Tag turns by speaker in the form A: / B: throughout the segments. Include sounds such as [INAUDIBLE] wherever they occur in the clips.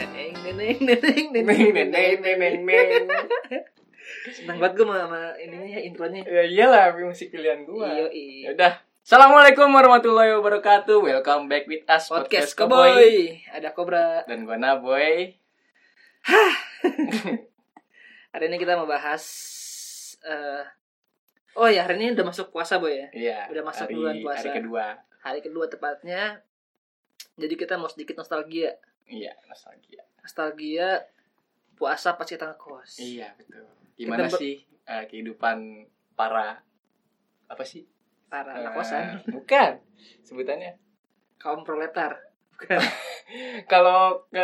A: neneng neneng neneng
B: Neng neng neng neng neng neng.
A: seneng banget gue sama, sama ininya ya intronya
B: [LAUGHS] Ya iyalah musik pilihan gua.
A: iyo
B: Ya udah. Assalamualaikum warahmatullahi wabarakatuh. Welcome back with us
A: podcast cowboy ada kobra
B: dan gua Naboy.
A: hari ini kita mau bahas eh, oh ya hari ini udah masuk puasa boy ya
B: Iya.
A: Udah masuk
B: hari-
A: bulan puasa.
B: Hari kedua.
A: hari kedua tepatnya jadi kita mau sedikit nostalgia
B: Iya, nostalgia.
A: nostalgia puasa pas kita ngekos
B: Iya, betul. Gimana
A: Kita ber-
B: sih eh, kehidupan para apa sih?
A: para anak
B: Eh,
A: kosan
B: Bukan. Sebutannya
A: kaum proletar
B: kalau ke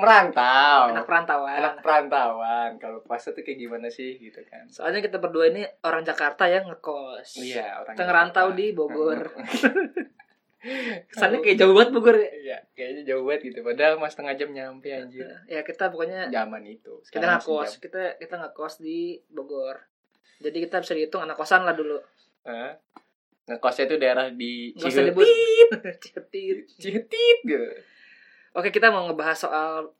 B: merantau.
A: anak perantauan
B: anak perantauan kalau puasa tuh kayak gimana sih gitu kan
A: soalnya kita berdua ini orang Jakarta yang ngekos
B: iya orang
A: kita ngerantau
B: Jakarta.
A: di Bogor kesannya
B: Aduh.
A: kayak jauh banget Bogor ya.
B: iya kayaknya jauh banget gitu padahal mas setengah jam nyampe anjir
A: ya kita pokoknya
B: zaman itu
A: kita
B: Sekarang masih
A: ngekos
B: jam-
A: kita kita ngekos di Bogor jadi kita bisa dihitung anak kosan lah dulu [LAUGHS]
B: Hah? ngekosnya tuh daerah di
A: Nggak usah
B: Cihutit
A: Cetit.
B: Cihutit gitu
A: oke kita mau ngebahas soal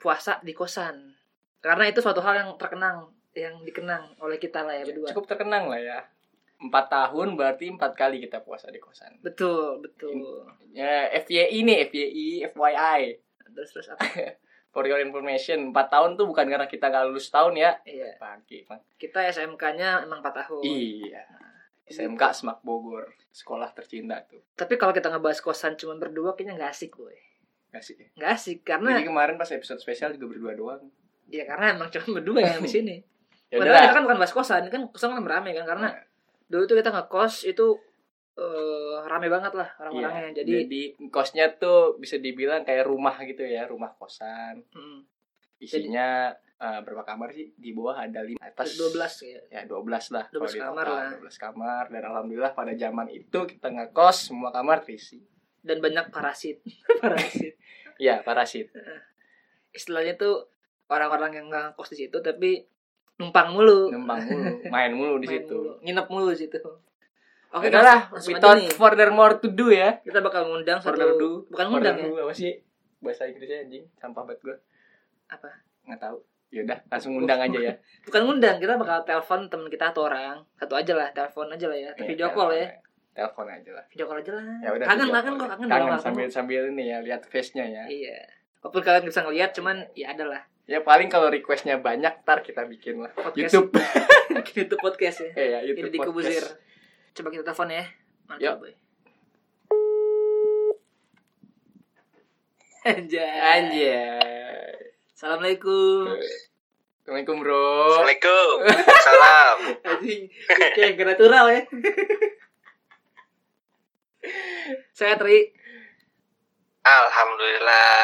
A: puasa di kosan karena itu suatu hal yang terkenang yang dikenang oleh kita lah ya
B: Ya,
A: berdua
B: cukup terkenang lah ya empat tahun berarti empat kali kita puasa di kosan
A: betul betul
B: ya FYI nih FYI FYI
A: terus terus apa
B: for your information empat tahun tuh bukan karena kita gak lulus tahun ya
A: iya
B: pagi
A: kita SMK-nya emang 4 tahun
B: iya SMK Semak Bogor sekolah tercinta tuh
A: tapi kalau kita ngebahas kosan cuma berdua kayaknya nggak asik boy
B: Gak sih?
A: nggak asik
B: Jadi
A: karena
B: kemarin pas episode spesial juga berdua doang.
A: ya karena emang cuma berdua
B: [LAUGHS]
A: yang di sini
B: Ya
A: Padahal kita
B: udah.
A: kan bukan bahas kosan, kan kosan kan rame kan karena dulu tuh kita ngekos itu eh, rame banget lah orang-orangnya.
B: Jadi,
A: Jadi
B: Iya, kosnya tuh bisa dibilang kayak rumah gitu ya, rumah kosan.
A: mm,
B: Isinya eh, berapa kamar sih? Di bawah ada lima atas
A: 12 ya.
B: Ya 12
A: 12
B: lah. kalau di
A: kamar
B: total,
A: lah.
B: 12 kamar dan alhamdulillah pada zaman itu kita ngekos semua kamar terisi.
A: Dan banyak parasit. [LAUGHS] parasit.
B: Ya, parasit.
A: Istilahnya tuh orang-orang yang nggak ngekos di situ tapi numpang mulu.
B: Numpang mulu, main mulu di
A: main
B: situ. Ya
A: mulu, nginep mulu di situ. Oke,
B: Oke, udah lah.
A: langsung aja
B: Without
A: nih.
B: further more to do ya.
A: Kita bakal ngundang satu
B: Further do.
A: bukan
B: Further
A: ngundang ya.
B: do apa sih? Bahasa Inggrisnya anjing, sampah banget gue.
A: Apa?
B: Nggak tahu. Ya udah, langsung ngundang aja ya.
A: Bukan ngundang, kita bakal telepon teman kita atau orang. Satu aja lah, telepon aja lah ya. [LAUGHS] Tapi video call ya.
B: Iya, Telepon aja lah.
A: Video call aja lah.
B: Ya udah.
A: kangen
B: video
A: kangen
B: call
A: kok
B: aja.
A: kangen
B: Kangen
A: dong,
B: sambil sambil ini ya lihat face-nya ya.
A: Iya. Walaupun kalian bisa ngelihat cuman ya ada lah
B: Ya paling kalau request-nya banyak ntar kita bikin lah.
A: podcast.
B: YouTube. [LAUGHS]
A: Bikin YouTube podcast ya.
B: Eh, ya,
A: Ini
B: YouTube
A: di Kubuzir.
B: podcast.
A: Coba kita telepon ya.
B: Yuk.
A: Mantap, Boy. Anjay.
B: Anjay.
A: Assalamualaikum.
B: Assalamualaikum bro.
C: Assalamualaikum. Salam.
A: Anjing. Kayak gak natural ya. Saya Tri.
C: Alhamdulillah.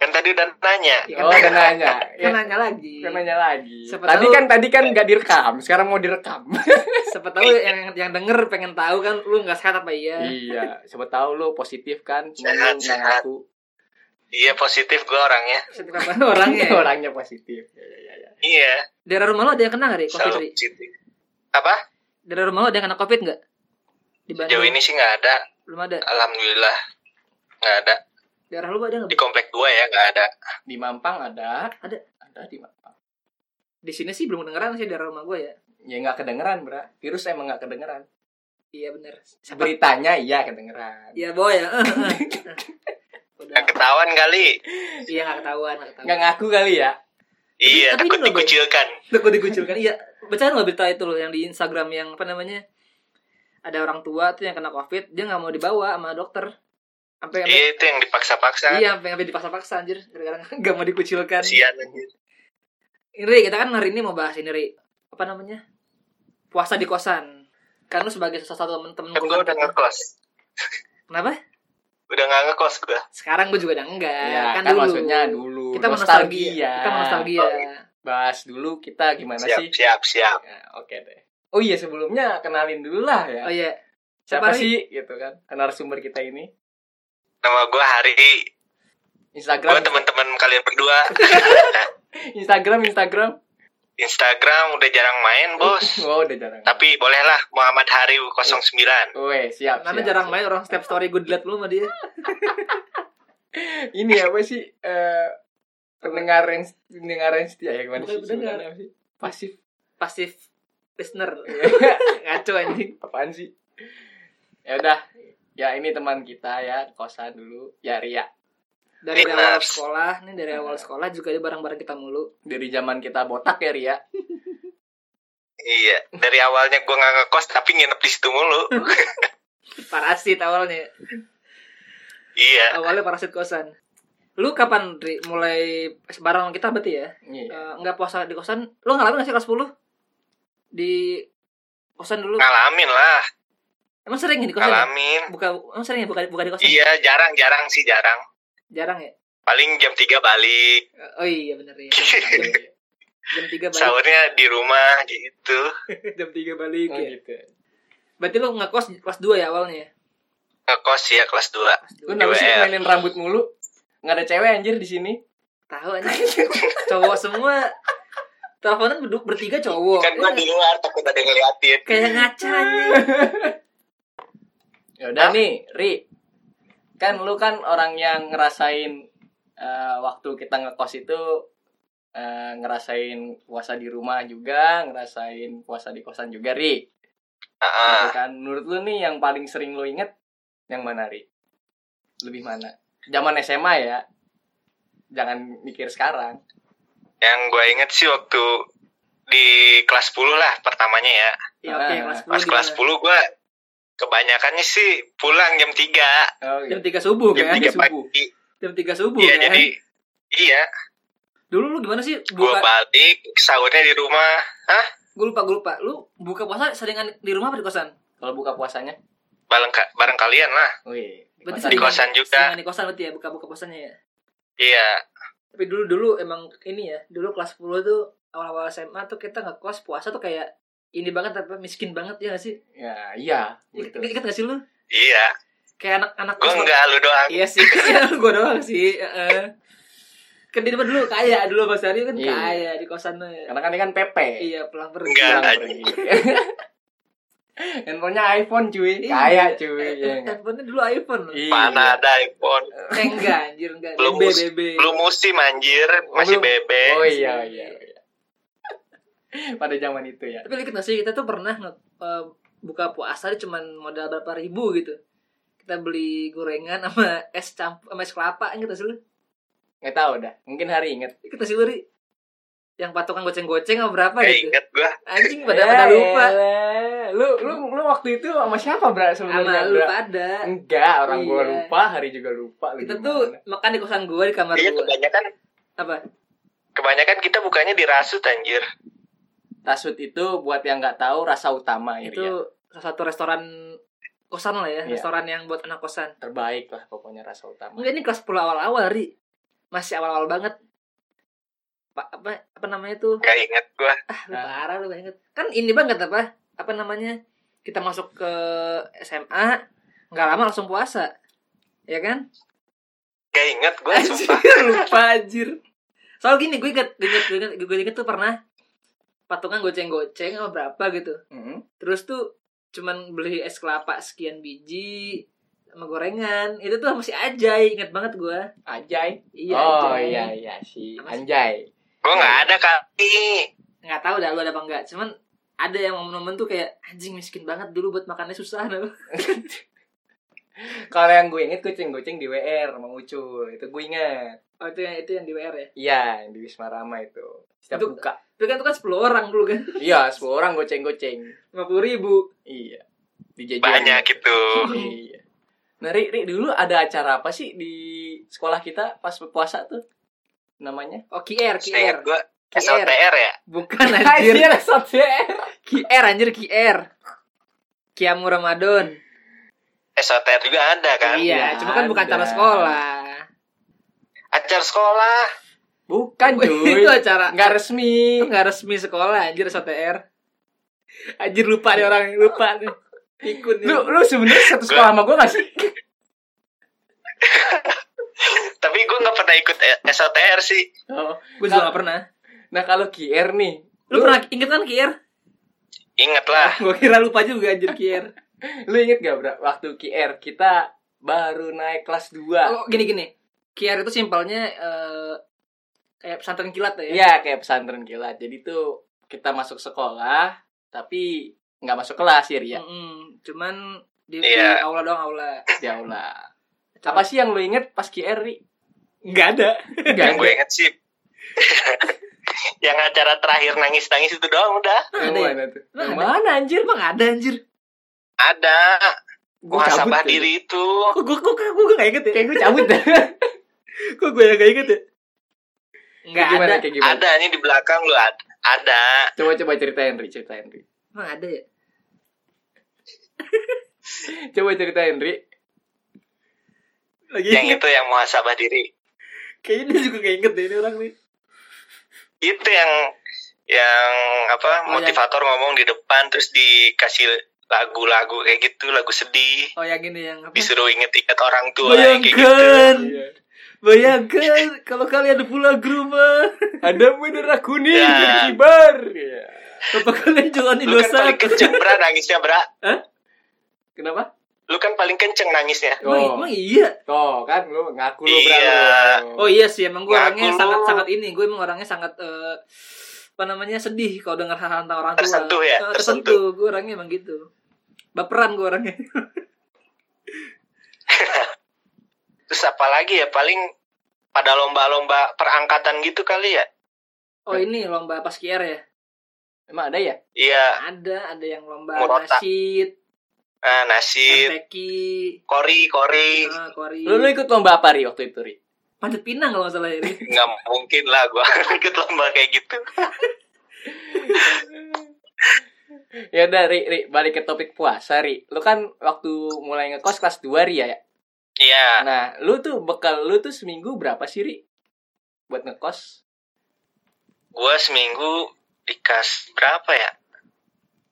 C: Kan tadi udah nanya.
A: Ya,
B: Oh, udah nanya.
A: Kan
B: Ya,
A: nanya lagi.
B: udah nanya lagi.
A: Siapa
B: tadi
A: tahu-
B: kan tadi kan nggak direkam, sekarang mau
A: [LAUGHS]
B: direkam.
A: Siapa tahu yang yang denger pengen tahu kan lu nggak sehat apa iya.
B: iya, siapa tahu lu positif kan, cuma
C: Sehat,
B: lu nggak
C: sehat.
B: ngaku
C: Iya positif gue orangnya.
A: Siapa tahu [LAUGHS] orangnya. ya.
B: orangnya positif. Ya, ya, ya, ya.
C: Iya.
A: Daerah rumah lo ada yang kena nggak, Ri? Covid, Ri?
C: Selalu positif. Apa?
A: Daerah rumah lo ada yang kena Covid nggak? Di Bandung.
C: Jauh ini sih nggak ada.
A: Belum ada.
C: Alhamdulillah. Nggak ada.
A: Daerah lu ada nggak?
C: Di komplek gue ya nggak ada.
B: Di Mampang ada.
A: Ada.
B: Ada di Mampang.
A: Di sini sih belum kedengeran sih daerah rumah gue ya.
B: Ya nggak kedengeran, Bra. Virus emang nggak kedengeran.
A: Iya bener. Siapa
B: Beritanya iya kedengeran.
A: Iya boy [LAUGHS] ya. Udah.
C: Nggak ketahuan kali.
A: Iya nggak ketahuan, nggak ketahuan.
B: Nggak ngaku kali ya?
C: Iya
A: tapi ini
C: takut
A: loh, Bang.
C: dikucilkan.
A: Tuh gue dikucilkan. Iya. Bacaan lo berita itu loh yang di Instagram yang apa namanya? Ada orang tua tuh yang kena covid, dia nggak mau dibawa sama dokter. Sampai sampai-
C: Iya itu yang dipaksa-paksa.
A: iya sampai sampai dipaksa-paksa anjir gara-gara [LAUGHS] nggak mau dikucilkan.
C: Kasihan. anjir.
A: Ini Ri, kita kan hari ini mau bahas ini Ri. Apa namanya? Puasa di kosan. Kan lu sebagai salah satu temen-temen
C: Kan gue
A: gua
C: udah
A: kan-
C: ngekos.
A: Kenapa?
C: Udah nggak ngekos gue.
A: Sekarang gue juga udah enggak.
B: Iya, kan,
A: Ya, dulu.
B: maksudnya dulu.
A: Kita nostalgia. Kita nostalgia.
B: Bahas dulu kita gimana
C: Siap,
B: sih?
C: siap, siap.
B: Ya, Oke deh. Oh iya sebelumnya kenalin dulu lah ya.
A: Oh iya. Siapa,
B: Siapa,
A: Ri?
B: sih gitu kan? Narasumber kita ini.
C: Nama gue Hari. Gue
B: Instagram,
C: teman-teman kalian berdua.
B: Instagram, Instagram.
C: Instagram udah jarang main
B: [LAUGHS]
C: bos.
B: Oh udah jarang.
C: Tapi bolehlah Muhammad Hari 09.
B: Weh, siap.
A: Karena
B: siap,
A: jarang
B: siap.
A: main orang step story gue dilihat lu sama dia.
B: Ini apa sih? eh pendengaran pendengaran setia ya gimana
A: Bukan
B: sih
A: pendengar.
B: sebutannya apa sih? pasif
A: pasif listener Iya, ngaco anjing
B: [LAUGHS] apaan sih ya udah ya ini teman kita ya kosan dulu ya Ria
A: dari awal
C: Listeners.
A: sekolah nih dari awal sekolah juga dia bareng-bareng kita mulu
B: dari zaman kita botak ya Ria
C: Iya, dari awalnya gua nggak ngekos tapi nginep di situ mulu.
A: parasit awalnya
C: iya,
A: awalnya parasit kosan lu kapan Ri, mulai bareng kita berarti ya
B: [LAUGHS] Iya.
A: Eh, nggak puasa di kosan lu ngalamin nggak sih kelas 10 di kosan dulu
C: ngalamin lah,
A: emang sering ya di kosan ya?
C: ngalamin.
A: buka emang sering ya buka buka di kosan
C: Iya, jarang-jarang sih jarang.
A: jarang ya
C: Paling jam 3 balik,
A: oh iya bener ya jam, jam 3 balik
C: sahurnya di rumah gitu.
A: [LAUGHS] jam 3 balik
B: Oh,
A: ya
B: gitu
A: berarti lu ngekos di kelas 2 ya awalnya
C: Ngekos ya kelas 2.
A: kelas 2
B: lu kenapa sih
C: WL.
B: mainin rambut mulu nggak ada cewek anjir di sini
A: tahu aja [LAUGHS] cowok semua teleponan berdua bertiga cowok
C: Kan gua di luar takut ada yang ngeliatin.
A: kayak ngaca aja
B: ya udah
C: Ah.
B: nih Ri kan lu kan orang yang ngerasain eh, waktu kita ngekos itu eh, ngerasain puasa di rumah juga ngerasain puasa di kosan juga Ri
C: Heeh.
B: Gitu kan menurut lu nih yang paling sering lu inget yang mana Ri lebih mana zaman SMA ya jangan mikir sekarang
C: Yang gue inget sih waktu di kelas 10 lah pertamanya ya.
A: ya oke
B: Ah,
A: kelas 10
C: Pas kelas 10 gue kebanyakannya sih pulang jam 3.
B: oh,
A: jam 3 subuh
C: Jam
A: kan
C: 3
B: subuh.
C: pagi.
A: jam 3 subuh
C: Iya,
A: kan
C: jadi iya,
A: dulu lu gimana sih
C: gue
A: buka
C: balik sahurnya di rumah. Hah?
A: gue lupa gue lupa lu buka puasa seringan di rumah apa di kosan
B: kalau buka puasanya
C: Bareng, ka- bareng kalian lah.
B: wih
A: berarti
B: kosan.
C: Di
A: seringan-
C: kosan juga.
A: seringan di kosan berarti ya buka buka puasanya ya
C: Iya.
A: tapi dulu dulu emang ini ya dulu kelas 10 tuh awal awal SMA tuh kita ngekos puasa tuh kayak ini banget tapi miskin banget ya gak sih
B: ya iya
A: Ingat
B: gitu
A: ingat gak sih lu
C: Iya.
A: kayak anak anak
C: Gue enggak lu doang.
A: iya sih [LAUGHS] Iya, gua doang sih Heeh. kan di depan dulu kaya dulu Mas Aryo kan
B: Iya.
A: kaya di kosannya ya.
B: karena kan dia kan PP
A: iya pulang pergi
C: Enggak.
B: Kurang
C: ada.
B: pergi. [LAUGHS] Handphonenya iPhone cuy,
A: Iya.
B: kaya cuy.
A: Eh,
B: Iya
A: eh,
B: nggak?
A: handphonenya dulu iPhone loh.
B: Iya.
C: Mana ada iPhone.
A: Eh, enggak anjir enggak
C: Belum
A: BB
C: mus-
A: BB
C: Belum musim anjir, masih
B: Belum.
C: bebek.
B: Oh iya iya. iya. [LAUGHS] Pada zaman itu ya.
A: tapi lu inget gak sih kita tuh pernah nge- eh, buka puasa tuh cuman modal berapa ribu gitu kita beli gorengan sama es campur sama es kelapa inget gak sih lu
B: Nggak tahu dah. Mungkin hari inget.
A: inget gak sih lu Ri? yang patungan goceng-goceng sama
B: Eh,
A: berapa
C: Gak
A: gitu
C: inget gue.
A: anjing pada pada
B: Ya,
A: lupa
B: elah. Lu lu eh. lu waktu itu sama siapa, Bra?
A: sama
B: Sebenarnya,
A: lu
B: Bra?
A: pada
B: Enggak, orang gua
A: Iya.
B: lupa, hari juga lupa. gitu. lu
A: kita
B: gimana?
A: tuh makan di kosan gua di kamar
C: Iya,
A: gua
C: kebanyakan
A: apa
C: kebanyakan kita bukannya di Rasut anjir.
B: Tasut itu buat yang nggak tahu rasa utama
A: itu
B: itu
A: salah satu restoran kosan lah ya
B: Iya.
A: restoran yang buat anak kosan
B: terbaik lah pokoknya rasa utama.
A: enggak ini kelas 10 awal-awal ri masih awal-awal banget pak apa apa namanya tuh
C: Gak inget gue.
A: ah lu
B: Ah.
A: parah lu banget kan ini banget apa apa namanya kita masuk ke SMA nggak lama langsung puasa ya kan
B: [LAUGHS]
C: Gak inget gue,
A: Anjir,
C: sumpah.
A: lupa anjir. Soal gini, gue inget, gue inget, gue inget, gue inget tuh pernah patungan goceng-goceng apa berapa gitu.
B: Mm.
A: Terus tuh cuman beli es kelapa sekian biji sama gorengan. Itu tuh masih ajai, inget banget gue.
B: Ajay.
A: Iya,
B: oh
A: ajai.
B: iya iya si
A: Apa sih?
B: Anjay.
C: Gue gak ada
A: Iya.
C: kali.
A: Nggak tahu dah lu ada apa enggak, cuman ada yang momen-momen tuh kayak anjing miskin banget dulu buat makannya susah loh.
B: Kalau yang gue inget kucing-kucing di WR sama Ucul Itu gue inget
A: [LAUGHS] Oh, itu yang itu yang di WR ya.
B: Iya yang di Wisma Rama itu Setiap
A: Itu-
B: buka
A: Itu kan itu kan 10 orang dulu kan. [LAUGHS]
B: Iya semua orang goceng-goceng
A: 50 ribu.
B: Iya Dijajanin
C: Banyak gitu.
B: Iya Nah Ri, Ri, dulu ada acara apa sih di sekolah kita pas puasa tuh Namanya
A: Oh, QR, QR.
C: Seinget gue
A: QR.
C: SOTR ya.
B: [LAUGHS]
A: Bukan Kan, anjir.
B: Iya, SOTR
A: QR anjir QR. Kiamu Ramadan.
C: SOTR juga ada kan.
A: iya,
B: Ya,
A: cuma kan bukan
B: ada.
A: acara sekolah.
C: Acara sekolah.
B: Bukan Kan,
A: [LAUGHS]
B: cuy
A: itu acara
B: Nggak resmi
A: itu nggak resmi sekolah anjir STR. Anjir lupa nih orang lupa nih. Pikun nih.
B: Lu, lu sebenarnya satu sekolah sama gue gak sih?
C: Tapi gue gak pernah ikut eh, SOTR sih.
B: Oh.
A: gue juga nggak pernah.
B: Nah kalau QR nih
A: Lu, pernah inget kan [LAUGHS] QR?
C: Ingat lah.
A: Gue kira lupa juga anjir QR. [LAUGHS]
B: Lu inget gak bro, waktu QR kita baru naik kelas 2
A: Oh, gini gini. QR itu simpelnya eh kayak pesantren kilat tuh ya.
B: Iya kayak pesantren kilat. Jadi tuh kita masuk sekolah tapi nggak masuk kelas
A: iya.
B: ya Ria.
A: Mm-mm. Cuman di, di
C: Iya.
A: aula doang aula.
B: Di aula. Ya Apa sih yang lu inget pas QR Ri?
A: Enggak ada.
B: Nggak
C: Yang
B: ada.
C: gue inget sih [LAUGHS] yang acara terakhir nangis-nangis itu doang udah.
A: Ada
B: Yang
A: ya?
B: mana tuh?
A: Nah,
B: Yang
A: ada.
B: mana anjir?
A: Emang ada anjir.
C: Ada
B: Gua cabut
C: muhasabah
B: tuh.
C: diri itu.
A: Kok gue kok gue gak inget ya?
B: Kayak gue cabut dah.
A: Kok gue yang gak inget ya? Enggak
B: [LAUGHS] Kayak gimana,
A: ada.
B: Kayak gimana?
C: Ada ini di belakang lu ada. Ada.
B: Coba coba ceritain Ri, ceritain Ri.
A: Emang ada ya?
B: Coba ceritain Ri.
A: Lagi
C: Yang
A: inget.
C: itu yang muhasabah diri.
A: Kayaknya dia juga gak inget deh ini orang nih.
C: Itu yang yang apa
A: Oh, yang-
C: motivator ngomong di depan terus dikasih lagu-lagu kayak gitu, lagu sedih.
A: Oh yang ini yang apa?
C: Disuruh inget-inget orang tua kayak gitu.
A: Bayangkan.
B: Iya.
A: Bayangkan kalau kalian pulang ke rumah.
B: Ada bendera kuning
C: Ya.
B: berkibar. Iya.
A: Apa kalian jalan
C: Lu kan
A: Indosat?
C: paling kenceng [LAUGHS] bra nangisnya bra.
B: Kenapa? Oh.
C: Lu kan paling kenceng nangisnya.
A: Emang, emang iya.
B: Tuh kan lu ngaku lu
C: Iya.
B: berapa?
A: Oh iya sih emang gue
C: Ngaku
A: orangnya
C: lu.
A: sangat-sangat ini. Gue emang orangnya sangat eh, apa namanya sedih kalau dengar hal-hal tentang orang tua.
C: Tersentuh
A: Eh,
C: ya, tersentuh.
A: tersentuh. Gue orangnya emang gitu. Baperan gue orangnya.
C: Terus apa lagi ya paling pada lomba-lomba perangkatan gitu kali ya?
A: Oh ini lomba pas kier ya?
B: Emang ada ya?
C: Iya,
A: Ada, ada yang lomba
C: Murota.
A: nasid,
C: nah, nasi,
A: MTQ,
C: kori, kori,
A: eh, kori,
B: Lu, lu ikut lomba apa Ri waktu itu Ri?
A: panjat pinang kalau nggak salah ya. Ri.
C: nggak mungkin lah gua [LAUGHS] ikut lomba kayak gitu.
B: Ya udah Ri, Ri, balik ke topik puasa Ri. Lu kan waktu mulai ngekos kelas 2 Ri ya.
C: Iya,
B: Nah, lu tuh bekal lu tuh seminggu berapa sih Ri? Buat ngekos?
C: gua seminggu dikas berapa ya?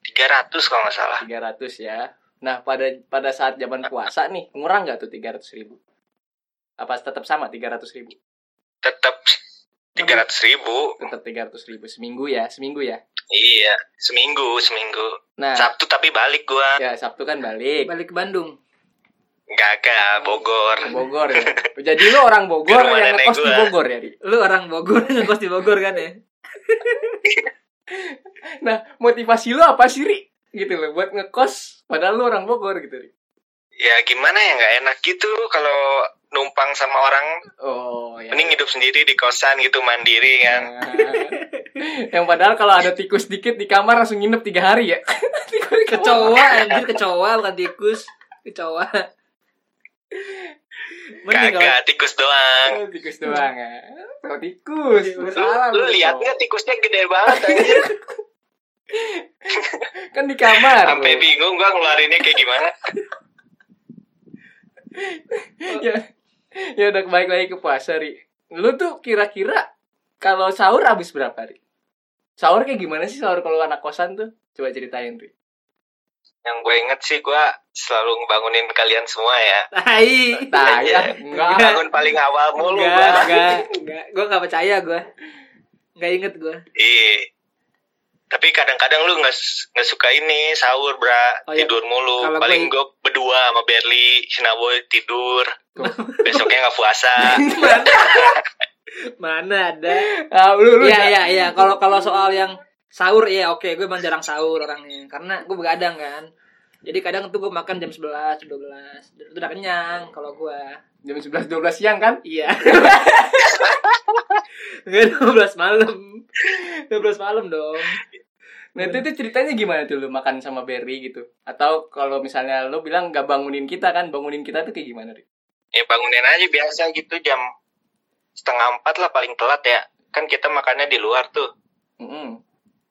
C: 300 kalau nggak salah.
B: 300 ya. Nah, pada pada saat zaman puasa nih, ngurang nggak tuh 300 ribu? Apa tetap sama 300 ribu?
C: Tetap 300 ribu.
B: Tetap 300 ribu seminggu ya, seminggu ya.
C: Iya, seminggu, seminggu.
B: Nah,
C: Sabtu tapi balik gua.
B: ya Sabtu kan balik.
A: Balik ke Bandung.
B: Hmm.
C: Gagal, Bogor.
B: Ke Bogor ya. Jadi lu orang Bogor
C: Di rumah
B: yang
C: nenek
B: ngekos di
C: gua.
B: Bogor ya, Ri?
A: Lu orang Bogor [LAUGHS] ngekos di Bogor kan ya?
B: Nah, motivasi lu apa sih, Ri? Gitu loh, buat ngekos padahal lu orang Bogor gitu, Ri.
C: Ya gimana ya nggak enak gitu kalau numpang sama orang.
B: Oh, ya.
C: Mending hidup sendiri di kosan gitu mandiri kan.
B: [LAUGHS] yang padahal kalau ada tikus dikit di kamar langsung nginep tiga hari ya. [LAUGHS] Tikus di kamar.
A: Kecoa anjir kecoa bukan tikus.
C: [LAUGHS]
A: Kecoa. Mending kalau
C: Kagak tikus doang.
B: Eh, Tikus doang ya. Kalau tikus, lu
C: Lu,
B: salah
C: Iya, lu lihat ya.
B: Cok.
C: nggak tikusnya gede banget anjir.
B: Kan di kamar.
C: Sampai
B: lu.
C: bingung gua ngeluarinnya kayak gimana.
B: ya. Ya udah balik lagi ke puasa, Ri. Lu tuh kira-kira kalau sahur habis berapa, Ri? Sahur kayak gimana sih sahur kalau anak kosan tuh? Coba ceritain, Ri.
C: Yang gue inget sih gua selalu ngebangunin kalian semua ya.
A: tai.
B: Nah,
C: Iya.
B: ya, enggak.
C: Bangun paling awal mulu
A: Enggak,
C: gua.
A: enggak, enggak. Gua enggak percaya gua. Enggak inget gua.
C: Iya. Tapi kadang-kadang lu nggak s- nggak suka ini sahur bra
A: Oh, iya.
C: tidur mulu.
A: Kalau
C: Paling
A: gue-
C: gue berdua sama Berli, Shinaboy tidur. Besoknya nggak
A: [LAUGHS]
C: puasa.
A: Mana? Mana ada?
B: Ah, lu lu.
A: Iya iya iya. Kalau kalau soal yang sahur ya oke, gue emang jarang sahur orangnya karena gue begadang kan. Jadi kadang tuh gue makan jam 11, 12. Dan Itu udah kenyang kalau gue.
B: Jam 11 12 siang kan?
A: [LAUGHS] Iya. Enggak 12 malam. 12 malam dong.
B: Nah,
A: Iya.
B: itu, itu ceritanya gimana tuh lu makan sama Berry gitu? Atau kalau misalnya lu bilang gak bangunin kita kan, bangunin kita tuh kayak gimana, Ri?
C: ya bangunin aja biasa gitu jam setengah empat lah paling telat ya. Kan kita makannya di luar tuh.
B: Mm-mm.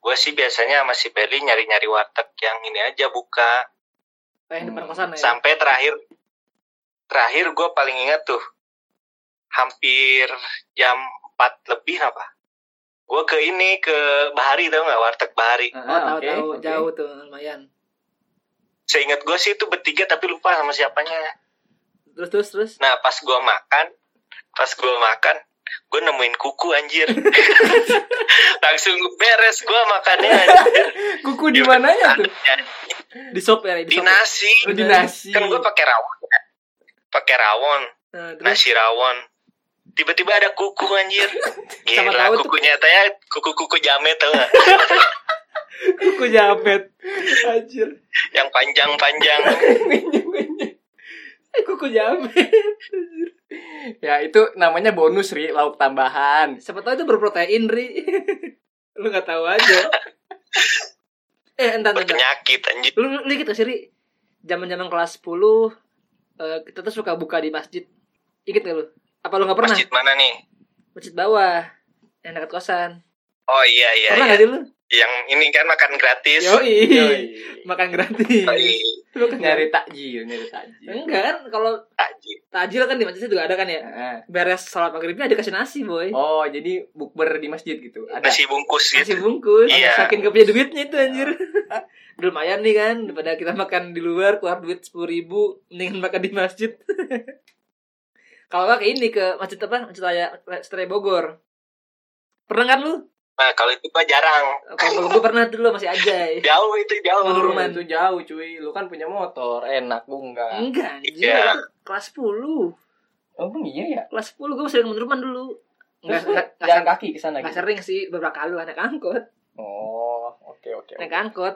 C: Gue sih biasanya sama si Berli nyari-nyari warteg yang ini aja buka.
A: Eh, yang depan kosan ya.
C: Sampai terakhir, terakhir gue paling ingat tuh hampir jam 4 lebih apa? Gue ke ini ke Bahari tau nggak warteg Bahari.
A: Oh,
B: Ah,
A: tahu
B: oke,
A: tahu
B: oke.
A: jauh tuh lumayan.
C: Seingat gue sih itu bertiga tapi lupa sama siapanya.
A: Terus terus terus.
C: Nah pas gue makan, pas gue makan, gue nemuin kuku anjir. Langsung beres gue makannya. anjir.
B: Kuku di mananya
A: [LAUGHS]
B: tuh?
A: Di shop ya, di
C: Di
A: shop.
C: nasi.
B: Lu di nasi.
C: Kan gue kan? pakai rawon. Pakai rawon,
A: Nah, terus
C: nasi rawon. tiba-tiba ada kuku
A: [LAUGHS]
C: anjir
A: Siapa
C: gila
A: tahu tuh.
C: kuku nyatanya kuku kuku jamet tau gak
A: Kuku jamet. Anjir.
C: yang
A: [LAUGHS]
C: panjang-panjang
A: Kuku jamet.
B: Ya itu namanya bonus Ri, lauk tambahan.
A: Siapa tahu itu berprotein, Ri. [LAUGHS] Lu gak tahu aja. eh, entar, entar.
C: berpenyakit anjir
A: lu lu gitu sih ri zaman zaman kelas 10 eh, kita tuh suka buka di masjid ikut gak lu apa lu nggak pernah
C: masjid mana nih
A: masjid bawah yang dekat kosan
C: oh iya iya,
A: pernah
C: iya.
A: nggak sih lu
C: yang ini kan makan gratis
A: yoi,
B: Yoi.
A: makan gratis
C: Yoi.
A: lu kan nyari
B: Nyari takjil, nyari takjil.
A: enggak kan kalau
C: Anjir.
A: tajil kan di masjid juga ada kan ya
B: Heeh.
A: beres sholat maghribnya dikasih nasi boy
B: Oh, jadi bukber di masjid gitu. Ada.
C: nasi bungkus
A: nasi
C: gitu
A: bungkus
C: Iya.
A: saking gak punya duitnya itu anjir [LAUGHS] lumayan nih kan daripada kita makan di luar keluar duit sepuluh ribu mendingan makan di masjid [LAUGHS] kalau nggak ke ini ke masjid apa masjid raya Serai Bogor pernah kan lu
C: nah kalau itu gua jarang
A: kalau gue pernah dulu masih
B: [LAUGHS]
A: aja
B: Iya.
C: jauh itu
A: Menurut-
C: jauh
B: Lu
A: Rumah.
B: itu jauh cuy, lu kan punya motor, enak gua enggak.
A: enggak anjir
C: Iya.
A: itu kelas 10
B: Oh, emang iya ya?
A: kelas 10 gue sering meneruman dulu
B: Terus
A: Enggak,
B: lu
A: enggak,
B: jalan
A: enggak,
B: kaki ke sana gitu.
A: sering sih beberapa kali lah naik angkot
B: Oh, oke oke.
A: naik angkot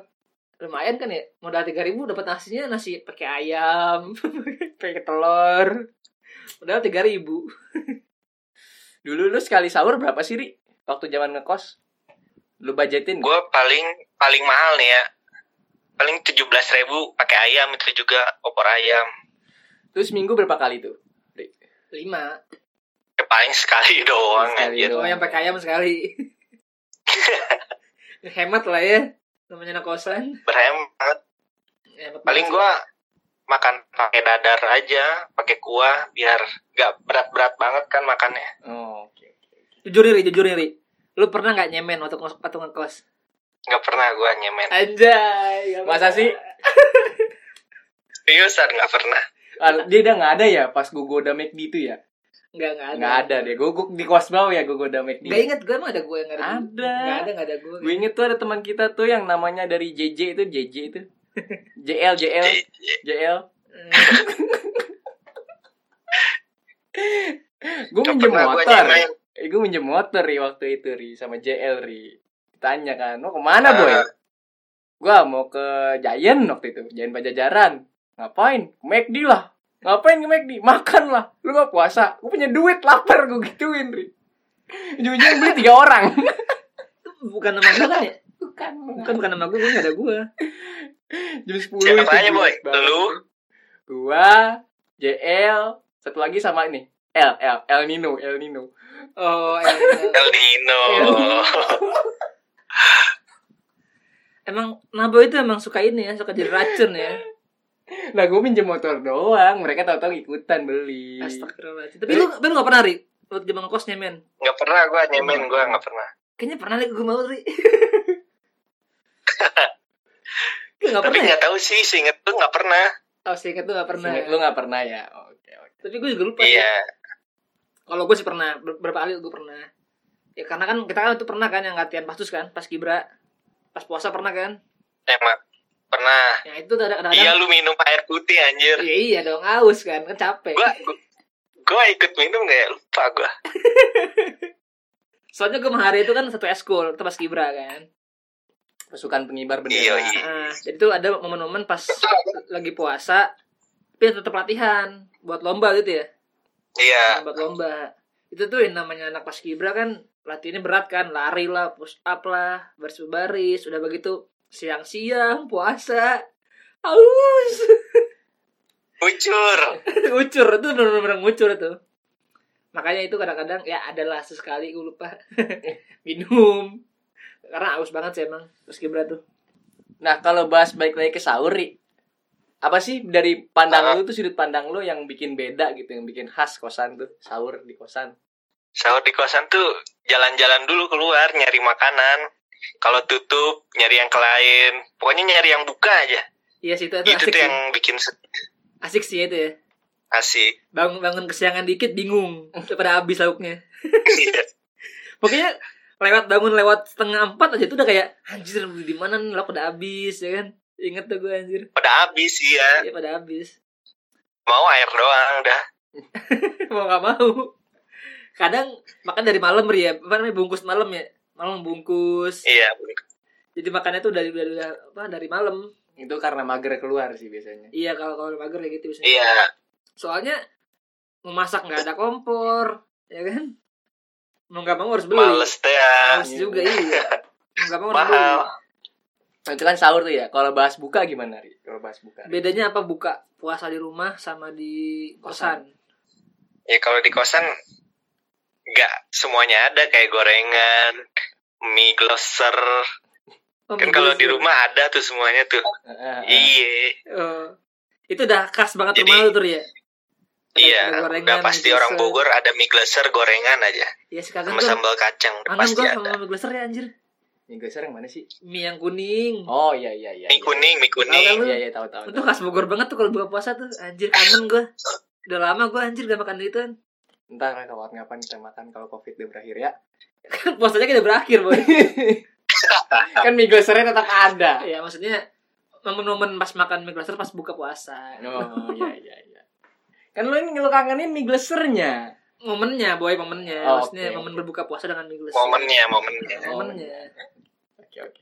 A: lumayan kan ya modal tiga ribu dapat nasinya nasi pakai ayam [LAUGHS] pakai telur modal tiga ribu
B: Dulu lu sekali sahur berapa sih, Ri? Waktu zaman ngekos? Lu budgetin nggak?
C: gua paling paling mahal nih ya paling tujuh belas ribu pakai ayam itu juga opor ayam
B: Terus minggu berapa kali tuh?
A: lima
C: ya, paling sekali [LAUGHS] doang
B: Sekali
C: anjir
A: oh
B: doang.
A: yang pakai ayam sekali hemat lah ya namanya anak kosan
C: berhemat
A: Hemat
C: paling
A: banget sih.
C: gua makan pakai dadar aja pakai kuah biar gak berat-berat banget kan makannya
B: Oh, oke.
A: jujur ri jujur ri lu pernah nggak nyemen waktu ngos waktu ngekos
C: nggak pernah gua nyemen
A: anjay nggak
B: Masa
A: pernah.
B: sih?
C: seriusan nggak pernah
B: Ah, Dia udah nggak ada ya pas gue goda McD itu ya?
A: nggak nggak ada
B: Nggak ada deh. Gue di kos bawah ya gue goda McD.
A: nggak inget gue emang ada gue nggak ada lu?
B: Ada.
A: nggak ada nggak ada gue
B: Gue inget tuh ada teman kita tuh yang namanya dari JJ itu JJ itu. JL JL
C: J- j-
B: JL.
A: Eh,
B: Gue
C: nggak
B: minjem
C: pernah gua
B: motor.
C: nyemen
B: Eh, gue minjem motor ri waktu itu ri sama JL ri. Ditanya kan, mau kemana boy?
C: Ah.
B: Gue mau ke Giant waktu itu, Giant Pajajaran. Ngapain? Ke McD lah. Ngapain ke McD? Makan lah. Lu gak puasa? Gue punya duit lapar gue gituin ri. Ujung-ujungnya beli tiga orang.
A: itu bukan nama gue kan ya
B: Bukan,
A: bukan bukan nama gue gue nggak ada gue
B: Jam 10
C: Siapa
B: itu
C: aja,
B: jelas
C: Boy?
B: banget.
C: Lu?
B: Gua, JL, satu lagi sama ini. L, L, El Nino, El Nino.
A: oh eh,
C: El Nino
A: Emang Nabo itu emang suka ini ya, suka jadi racun ya.
B: Nah, gue minjem motor doang. Mereka tahu-tahu ikutan
C: Iya.
B: beli.
A: Astagfirullahalaadzim. Tapi lu, tapi lu gak pernah, Ri? Waktu zaman kosnya, men.
C: nggak pernah gua nyemen gua nggak pernah
A: Kayaknya pernah, Ri. Gue mau, Ri.
C: [LAUGHS]
A: Gue gak
C: tapi
A: pernah ya?
C: nggak tahu sih seinget tuh nggak pernah
A: Oh, seinget tuh gak pernah.
B: Seingat lu gak pernah ya? Oke, oke.
A: Tapi gue juga lupa ya.
C: iya
A: Kalau gue sih pernah, Ber- berapa kali gue pernah. Ya karena kan kita kan itu pernah kan yang latihan pasus kan, pas kibra. Pas puasa pernah kan?
C: emang pernah
A: Ya itu tuh ada kadang
C: iya lu minum air putih anjir
A: Iya, iya dong, aus kan, kan capek.
C: gua gua ikut minum nggak ya lupa gua
A: Soalnya gue hari itu kan satu eskul, itu pas kibra kan.
B: Pasukan pengibar
C: Iya,
B: bendera.
C: iya.
A: Ah, jadi tuh ada momen-momen pas lagi puasa, tapi tetap latihan buat lomba gitu ya,
C: iya
A: buat lomba. Itu tuh yang namanya anak paskibra kan latihannya berat kan, lari lah, push up lah, baris baris, udah begitu siang-siang puasa, aus, [LAUGHS]
C: ucur
A: ngucur itu benar-benar ngucur itu. Makanya itu kadang-kadang ya adalah sesekali gue lupa [LAUGHS] minum karena aus banget sih emang paskibra tuh.
B: Nah, kalau bahas balik lagi ke sahur, Ri. Apa sih dari pandang
C: Ah.
B: lu tuh sudut pandang lu yang bikin beda gitu, yang bikin khas kosan tuh, sahur di kosan.
C: sahur di kosan tuh jalan-jalan dulu keluar nyari makanan kalau tutup nyari yang ke lain pokoknya nyari yang buka aja
A: Iya sih itu, itu
C: itu
A: asik
C: tuh
A: sih,
C: yang bikin se-
A: asik sih itu ya.
C: asik
A: bangun bangun kesiangan dikit bingung udah pada habis lauknya
C: Iya.
A: pokoknya lewat bangun lewat setengah empat aja itu udah kayak anjir di mana nih lauk pada habis ya kan inget tuh gue anjir
C: pada habis iya
A: ya pada habis [LAUGHS]
C: mau air doang dah
A: mau nggak mau kadang makan dari malam Ri, ya apa namanya bungkus malam ya malam bungkus
C: Iya.
A: jadi makannya tuh dari dari apa dari malam
B: itu karena mager keluar sih biasanya
A: iya kalau kalau mager ya gitu biasanya
C: Iya.
A: soalnya memasak nggak ada kompor ya kan mau nggak mau harus beli
C: Males teh. ya.
A: Males juga iya mau nggak mau harus beli
C: Mahal.
B: Nah, itu kan sahur tuh ya kalau bahas buka gimana ri kalau bahas buka
A: bedanya apa buka puasa di rumah sama di kosan
C: Ya kalau di kosan nggak semuanya ada kayak gorengan, mie gloser.
A: Oh,
C: Kan kalau di
A: betul.
C: rumah ada tuh semuanya tuh.
A: Ah,
B: Heeh, heeh.
C: Iya.
A: Eh, itu udah khas banget
C: Jadi-
A: rumah lu tuh ya
C: Iya, udah pasti orang Bogor ada mie glaser gorengan aja
A: ya sih kangen
C: sama
A: gue
C: sambal kacang udah
A: kangen
C: pasti
A: gue
C: ada.
A: sama mie glaser ya anjir
B: yang geser yang mana sih
A: mie yang kuning
B: oh iya iya iya iya.
C: Mie kuning, mie kuning.
A: Tahu kan lu?
B: iya iya tahu tahu
A: itu khas Bogor banget tuh kalau buka puasa tuh anjir kangen gue udah lama gue anjir gak makan itu kan
B: ntar kapan-kapan kita makan kalau covid udah berakhir ya
A: Kan puasanya kita berakhir
C: [LAUGHS]
A: boy
B: kan mie glosernya tetap ada
A: ya maksudnya momen-momen pas makan mie glaser pas buka puasa
B: oh iya iya iya kan lu ini lu kangenin mie glosernya
A: momennya boy momennya
B: Oh,
A: maksudnya
B: oke.
A: momen berbuka puasa dengan mie glaser
C: Momennya, momennya.
A: Nah, momennya
B: oke oke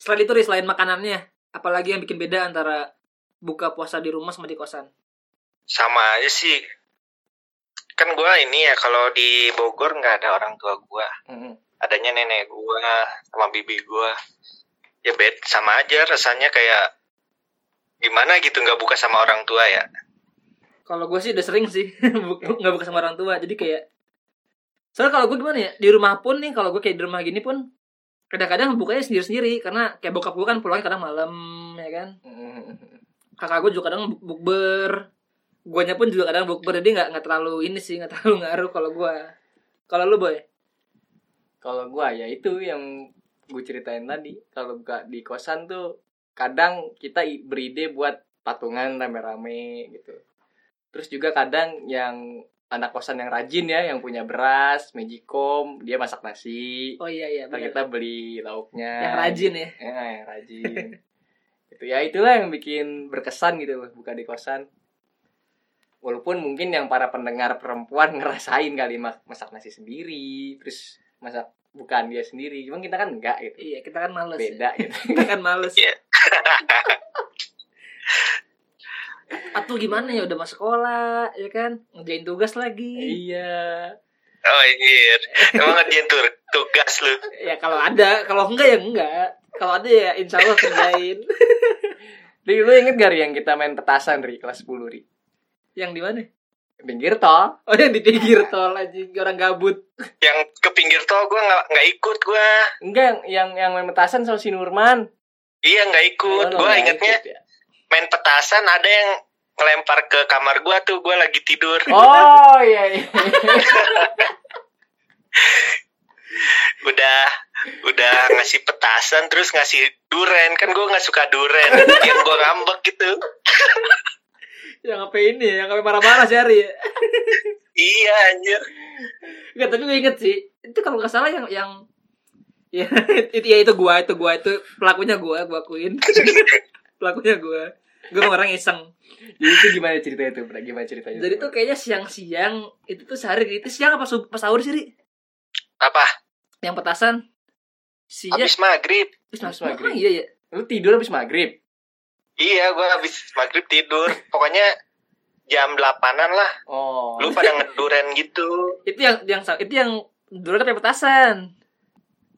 A: selain itu Riz, selain makanannya apalagi yang bikin beda antara buka puasa di rumah sama di kosan
C: Sama aja sih. Kan gua ini ya kalau di Bogor nggak ada orang tua gua
B: Mm-mm.
C: adanya nenek gua sama bibi gua ya bed sama aja rasanya kayak gimana gitu nggak buka sama orang tua ya
A: kalau gue sih udah sering sih [LAUGHS] bu- nggak buka sama orang tua jadi kayak soalnya kalau gue gimana ya di rumah pun nih kalau gue kayak di rumah gini pun kadang-kadang bukanya sendiri-sendiri karena kayak bokap gue kan pulangnya kadang malam ya kan
B: Mm-mm.
A: kakak gue juga kadang buk- bukber guanya pun juga kadang bukber jadi nggak nggak terlalu ini sih nggak terlalu ngaruh kalau gue kalau lu boy
B: kalau gua ya itu yang gue ceritain tadi kalau buka di kosan tuh kadang kita i- beride buat patungan rame-rame gitu terus juga kadang yang anak kosan yang rajin ya yang punya beras magicom dia masak nasi
A: oh iya iya
B: Ntar
A: bener.
B: kita beli lauknya
A: yang rajin ya
B: ya, yang rajin itu ya itulah yang bikin berkesan gitu loh buka di kosan walaupun mungkin yang para pendengar perempuan [LAUGHS] ngerasain kali ma- masak nasi sendiri terus masak bukan dia sendiri cuman kita kan enggak gitu
A: iya kita kan males ya.
B: beda
A: [LAUGHS]
B: gitu
A: kita kan males
C: Iya.
A: atau gimana ya udah masuk sekolah ya kan ngerjain tugas lagi
B: iya
C: oh anjir emang ngerjain tur- tugas lu
A: ya kalau ada kalau enggak ya enggak kalau ada ya insya Allah kerjain
B: Ri, lu inget gak Ri yang kita main petasan Ri kelas 10 Ri
A: yang di mana
B: pinggir tol
A: oh yang di pinggir tol aja orang gabut
C: yang ke pinggir tol gua nggak nggak ikut gua
B: enggak yang yang, yang main petasan sama si Nurman
C: iya nggak ikut
B: Lu
C: gua
B: nggak
C: ingetnya
B: ikut ya?
C: main petasan ada yang ngelempar ke kamar gua tuh gua lagi tidur
B: oh iya, iya.
C: udah udah ngasih petasan terus ngasih duren kan gua nggak suka duren yang gua ngambek gitu
A: yang apa ini ya, yang apa marah-marah sih hari ya
C: iya anjir
A: Enggak, tapi gue inget sih. Itu kalau nggak salah yang yang ya [LAUGHS] itu ya itu gua, itu gua, itu pelakunya gua, gua akuin. [LAUGHS] pelakunya gua. Gue emang orang iseng.
B: jadi itu gimana ceritanya tuh Bre? gimana ceritanya
A: Jadi tuh kayaknya siang-siang itu tuh sehari gitu. itu siang apa sub- pas sahur sih, Ri?
C: apa
A: Yang petasan. Siang
C: habis maghrib
A: habis
B: habis
A: maghrib. Emang
B: maghrib.
A: Iya, iya.
B: lu tidur habis maghrib
C: Iya, gue habis maghrib tidur. Pokoknya jam 8-an lah.
B: Oh.
C: Lu pada ngeduren gitu.
A: Itu yang yang sa- itu yang dulu tapi petasan.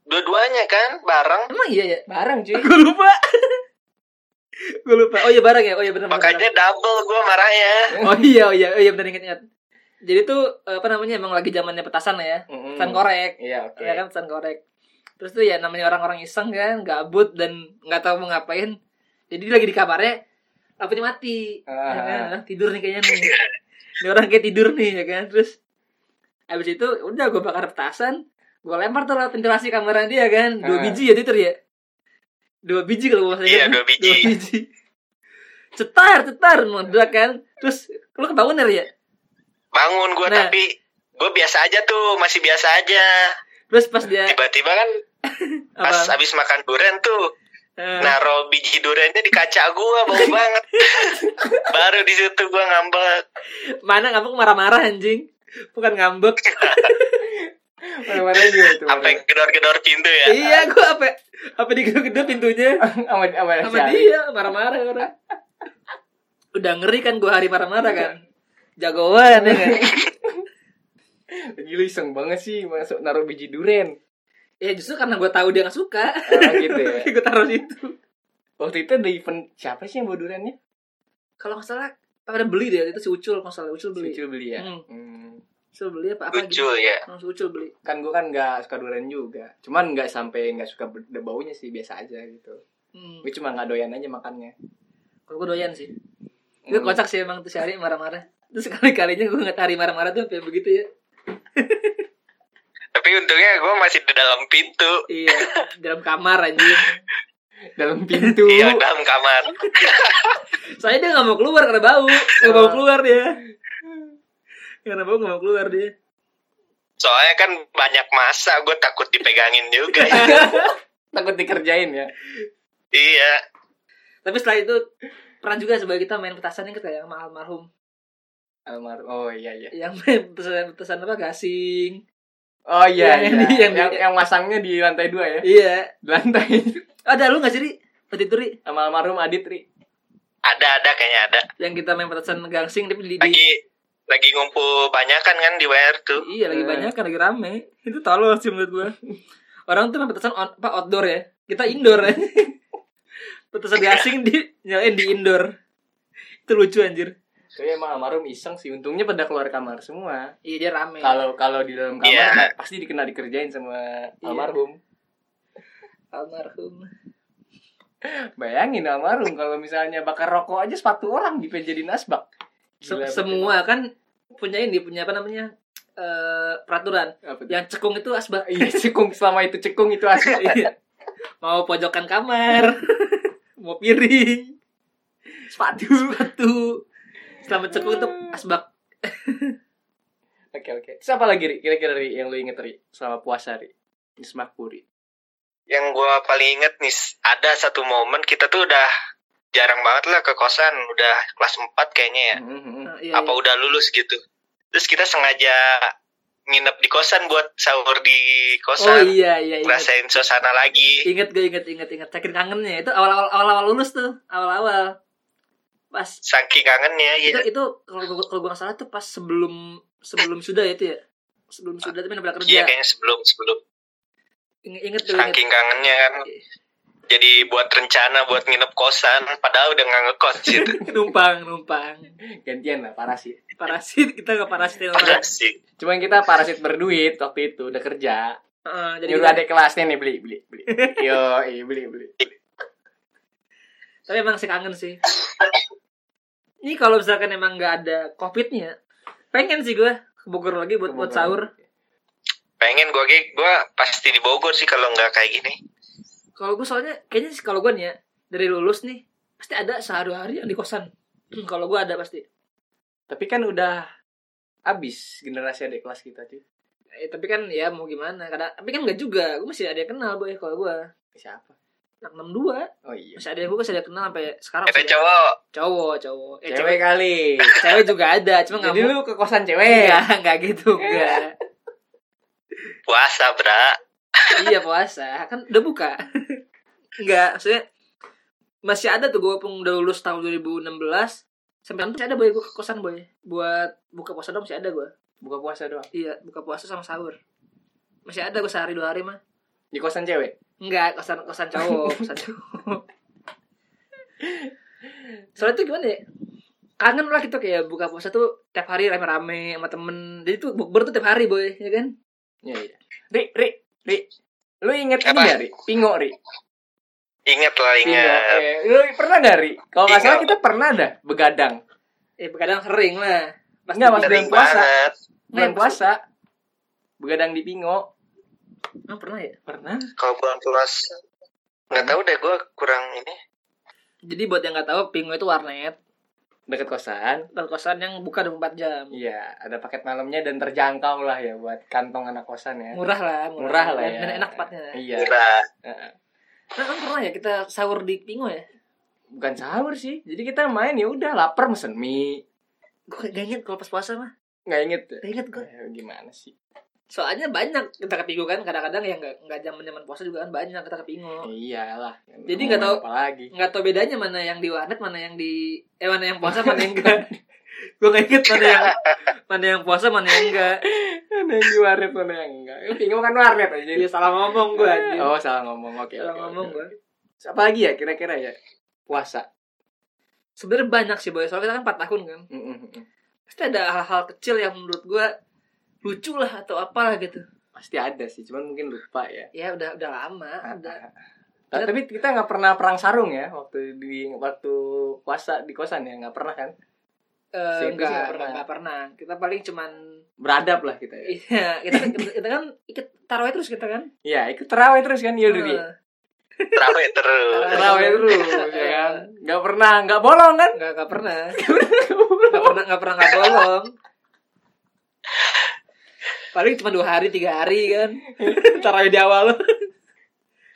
C: Dua-duanya kan bareng.
A: Emang iya ya?
B: bareng cuy.
A: Gue lupa. [LAUGHS] gue lupa. Oh iya barang ya. Oh iya benar. benar, benar.
C: Makanya double gue marahnya.
A: Oh iya, oh iya, oh iya benar ingat-ingat. Jadi tuh apa namanya emang lagi zamannya petasan lah ya.
B: Mm-mm.
A: Pesan korek,
B: Iya, oke.
A: ya kan pesan korek. Terus tuh ya namanya orang-orang iseng kan, gabut dan nggak tahu mau ngapain. Jadi lagi di kamarnya lampunya mati.
B: Ah.
A: Ya kan? Ah, Tidur nih kayaknya nih. Ini orang kayak tidur nih ya kan. Terus habis itu udah gue bakar petasan, gue lempar tuh lewat ventilasi kamar dia kan. Dua
B: Ah.
A: biji ya Twitter ya. Dua biji kalau gue
C: Iya, dua biji.
A: Dua biji. Cetar, cetar, meledak kan. Terus lu kebangun ya?
C: Bangun gue
A: Nah.
C: tapi gue biasa aja tuh, masih biasa aja.
A: Terus pas dia
C: Tiba-tiba kan pas
A: Nah. apa?
C: habis makan duren tuh,
A: eh,
C: naro biji durennya di kaca gue,
A: [LAUGHS]
C: bau banget. Baru di situ gue ngambek.
A: mana ngambek marah-marah anjing bukan ngambek
B: Mana-mana juga itu.
C: sampai gedor-gedor pintu ya
A: [LAUGHS] iya gue apa apa digedor-gedor pintunya
B: Sama sama
A: sama
B: Syahri.
A: dia marah-marah orang [LAUGHS] udah ngeri kan gue hari marah-marah kan jagoan ya [LAUGHS] kan
B: Lagi lu iseng banget sih masuk naruh biji duren.
A: ya justru karena gue tahu dia nggak suka
B: Ah, gitu [LAUGHS] ya.
A: [LAUGHS] gue taruh situ
B: Waktu itu ada event siapa sih yang bawa durennya?
A: kalau nggak salah pada beli deh itu si ucul kalau nggak salah ucul beli
B: Lucu beli ya.
A: Hmm.
B: Hmm.
A: ucul beli apa apa gitu
C: lucu ya
A: Hmm, si ucul beli
B: Kan gua kan nggak suka duren juga. Cuman nggak sampai nggak suka ber- baunya sih biasa aja gitu.
A: hmm.
B: Gue cuma nggak doyan aja makannya.
A: kalau gue doyan sih
B: Hmm.
A: gue kocak sih emang tuh si Ari marah-marah terus sekali kalinya gue nggak hari marah-marah tuh kayak begitu ya
C: tapi untungnya gue masih di dalam pintu
A: iya [LAUGHS] dalam kamar anjir
B: [LAUGHS] dalam pintu.
C: iya dalam kamar
A: soalnya dia nggak mau keluar karena bau nggak
B: Oh.
A: mau keluar dia karena bau nggak mau keluar dia
C: soalnya kan banyak masa gue takut dipegangin juga ya.
A: [LAUGHS]
B: Takut dikerjain ya.
C: iya
A: Tapi setelah itu pernah juga sebagai kita main petasan yang kita yang sama almarhum
B: Almarhum. Oh iya iya.
A: yang main petasan petasan apa gasing.
B: Oh iya
A: Yang
B: iya.
A: di- yang
B: Yang
A: di-
B: yang, masangnya di lantai dua ya.
A: Iya.
B: Di lantai [LAUGHS]
A: Ada lu nggak sih Ri? Waktu itu Ri
B: sama almarhum Adit Ri.
C: ada ada kayaknya ada
A: yang kita main petasan gasing tapi di, di-
C: lagi lagi ngumpul banyak kan kan di WR tuh
A: iya lagi
B: Eh.
A: banyak kan lagi rame. Itu tolol sih menurut gua. Orang tuh main petasan on- apa outdoor ya. Kita indoor [LAUGHS] ya. petasan gasing di nyalain di indoor. Itu lucu anjir.
B: Tapi emang almarhum ya, iseng sih. Untungnya pada keluar kamar semua.
A: Iya dia rame.
B: kalau kalau di dalam kamar
C: Iya.
B: nah, pasti dikena dikerjain sama
A: Iya.
B: almarhum
A: almarhum.
B: bayangin almarhum kalau misalnya bakar rokok aja sepatu orang dijadiin asbak
A: Se-
B: Gila,
A: semua kan punya ini punya apa namanya? eh, peraturan
B: betul. Apa tuh?
A: yang cekung itu asbak
B: iya cekung selama itu cekung itu asbak
A: Iya. [LAUGHS] mau pojokan kamar [LAUGHS] mau piring sepatu sepatu selamat cekung itu asbak
B: oke oke terus apa lagi ri kira-kira ri yang lu inget ri selama puasa ri di semak puri
C: yang gue paling inget nih ada satu momen kita tuh udah jarang banget lah ke kosan udah kelas 4 kayaknya ya
B: Mhm.
A: Nah, iya,
C: apa udah lulus gitu terus kita sengaja nginep di kosan buat sahur di
A: iya. oh
C: kosan
A: iya iya ingat
C: ngerasain suasana lagi
A: ingat gue ingat ingat ingat saking kangennya itu awal awal awal awal lulus tuh awal awal pas
C: saking kangennya ya
A: itu itu kalau gue kalau gue nggak salah tuh pas sebelum sebelum sudah ya itu ya sebelum sudah tapi udah berangkat
C: iya
A: kerja
C: kayaknya sebelum sebelum
A: Ingat- inget tuh inget
C: saking kangennya kan jadi buat rencana buat nginep kosan padahal udah nggak ngekos gitu
A: numpang numpang
B: hmm. gantian lah parasit
A: parasit [LAUGHS] kita nggak parasitin
C: Parah
A: orang
C: sih
B: cuman kita parasit berduit waktu itu udah kerja
A: Heeh, jadi
B: nyuruh
A: kita-
B: adik kelasnya nih beli beli beli yo beli beli
A: Tapi emang sih kangen sih. Ini kalau misalkan emang nggak ada covidnya, pengen sih gue ke Bogor lagi buat buat sahur.
C: pengen gue gue pasti di Bogor sih kalau nggak kayak gini
A: Kalau gue soalnya kayaknya sih kalau gue nih ya dari lulus nih pasti ada sehari hari yang di kosan. [CLEARS THROAT] kalau gue ada pasti.
B: tapi kan udah abis generasi adik kelas kita cuy
A: Eh, tapi kan ya mau gimana? Kadang tapi kan nggak juga. Gue masih ada yang kenal boy kalau gue.
B: siapa
A: Anak 62
B: oh iya
A: masih ada yang gue masih ada yang kenal sampai sekarang.
C: kita
A: masih ada.
C: cowok
A: Cowok, cowok. Eh,
B: cewek
A: cewek,
B: kali.
A: cewek juga ada. Cuma nggak
B: Jadi
A: mau. [LAUGHS]
B: lu Eh. ke kosan cewek. ya?
A: Enggak, enggak gitu, enggak.
C: puasa bra
A: iya puasa kan udah buka enggak maksudnya masih ada tuh gue pun udah lulus tahun 2016 sampai sekarang masih ada boy gue ke kosan boy buat buka puasa dong masih ada gue
B: Buka puasa doang.
A: iya buka puasa sama sahur masih ada gue sehari dua hari mah
B: Di kosan cewek.
A: enggak kosan kosan [LAUGHS] cowok kosan cowok soalnya tuh gimana ya kangen lah gitu kayak buka puasa tuh tiap hari rame-rame sama temen jadi tuh bukber tuh tiap hari boy ya kan
B: Iya iya. Ri, Ri, Ri. Lu inget
C: Apa?
B: ini ya, Ri? Pingo, Ri.
C: inget lah
B: Pingo.
C: inget
B: Eh, lu pernah gak, Ri? Kalau nggak
C: Pingo.
B: salah kita pernah dah begadang.
A: eh kadang sering lah Pasti
B: Enggak, Pas
C: sering
B: bulan puasa.
C: banget
A: Iya,
B: Bulan
A: pasti.
B: puasa. Begadang di Pingo.
A: Emang pernah ya
B: Pernah.
C: kalau bulan puasa nggak tahu deh gue kurang ini
A: Jadi buat yang nggak tahu, Pingo itu warnet
B: Deket kosan.
A: dan kosan yang buka 24 jam.
B: Iya, ada paket malamnya dan terjangkau lah ya buat kantong anak kosan ya.
A: Murah lah,
B: Murah lah
A: Dan-
B: ya.
A: Dan enak tempatnya.
B: Iya.
C: nah
B: Heeh.
A: Nah, emang pernah ya kita sahur di Pingo ya?
B: Bukan sahur sih. Jadi kita main ya udah lapar mesen mie.
A: Gue gak inget kalau pas puasa mah.
B: nggak inget ya?
A: Gak inget gue.
B: Eh, gimana sih
A: Soalnya banyak kita kepingu kan kadang-kadang yang nggak nggak zaman zaman puasa juga kan banyak kita kepingu.
B: Eh, iyalah
A: Jadi nggak tahu-
B: apa lagi
A: Nggak tau bedanya mana yang di warnet, mana yang di eh mana yang puasa, mana yang [LAUGHS] enggak. gue nggak inget mana yang mana yang puasa, mana yang enggak.
B: [LAUGHS] ada yang di warnet mana yang enggak Eh, bingung kan warnet aja
A: Jadi Iya, salah ngomong gue aja.
B: oh salah ngomong oke
A: salah
B: oke,
A: ngomong
B: oke.
A: gue.
B: apa lagi ya kira-kira ya puasa
A: Sebenarnya banyak sih boy. Soalnya kita kan 4 tahun kan.
B: Mm, mm, mm.
A: Pasti ada hal-hal kecil yang menurut gue lucu lah atau apalah gitu.
B: pasti ada sih cuman mungkin lupa ya
A: Ya udah udah lama.
B: Ah,
A: Udah.
B: Ta- tapi kita nggak pernah perang sarung ya waktu di waktu puasa di kosan ya nggak pernah kan
A: Eh,
B: Sih, itu sih nggak
A: enggak,
B: pernah.
A: enggak, enggak pernah. Kita paling cuman [LAUGHS]
B: beradab lah kita ya
A: iya, kita, kita, kita kan ikut tarawih terus kita kan.
B: iya ikut terawih terus kan ya Dudi
A: Eh,
C: Terawih terus.
B: terawih terus ya [LAUGHS] kan nggak pernah nggak bolong kan
A: Enggak, enggak pernah. Enggak pernah, enggak pernah enggak bolong. Paling cuma dua hari, tiga hari kan. tarawih di awal. [LAUGHS]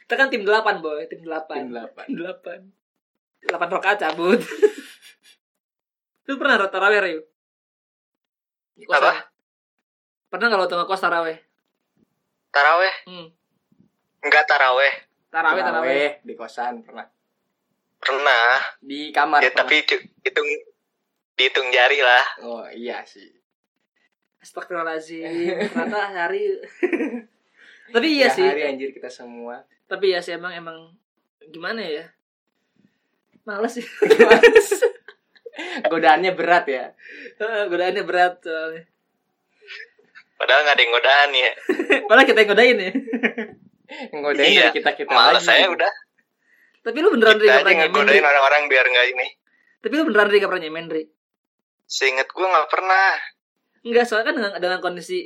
A: kita kan tim delapan, boy. Tim
B: Jam
A: delapan.
B: delapan.
A: Tim delapan. Delapan rokaat cabut. [LAUGHS] Lu pernah rot tarawih, Ryu? Di kosan?
C: Apa?
A: Pernah nggak lo tuh ngekos tarawih?
C: Taraweh?
A: Hmm.
C: Enggak taraweh.
A: Tarawih, tarawih.
B: Terawih di kosan pernah
C: Pernah.
B: di kamar
C: Ya,
B: pernah.
C: tapi cu- hitung dihitung jari lah.
B: oh iya sih
A: Astagfirullahaladzim [LAUGHS] Ternyata hari Tapi iya
B: Ya,
A: sih
B: hari anjir kita
A: [LAUGHS]
B: semua
A: Tapi iya sih emang emang Gimana ya Males sih [LAUGHS]
B: godaannya berat ya
A: Godaannya berat soalnya
C: Padahal nggak ada yang godaan ya.
A: Malah kita yang godain ya
B: yang godain
C: Iya,
B: dari kita kita
C: Males saya udah.
A: Tapi lu beneran Ri
C: Kita
A: nggak
C: aja
A: pernah nyemen Ri?
C: ngegodain orang-orang biar nggak ini.
A: Tapi lu beneran Ri nggak pernah nyemen Ri?
C: Seinget gue nggak pernah.
A: Enggak soalnya kan dengan, dengan kondisi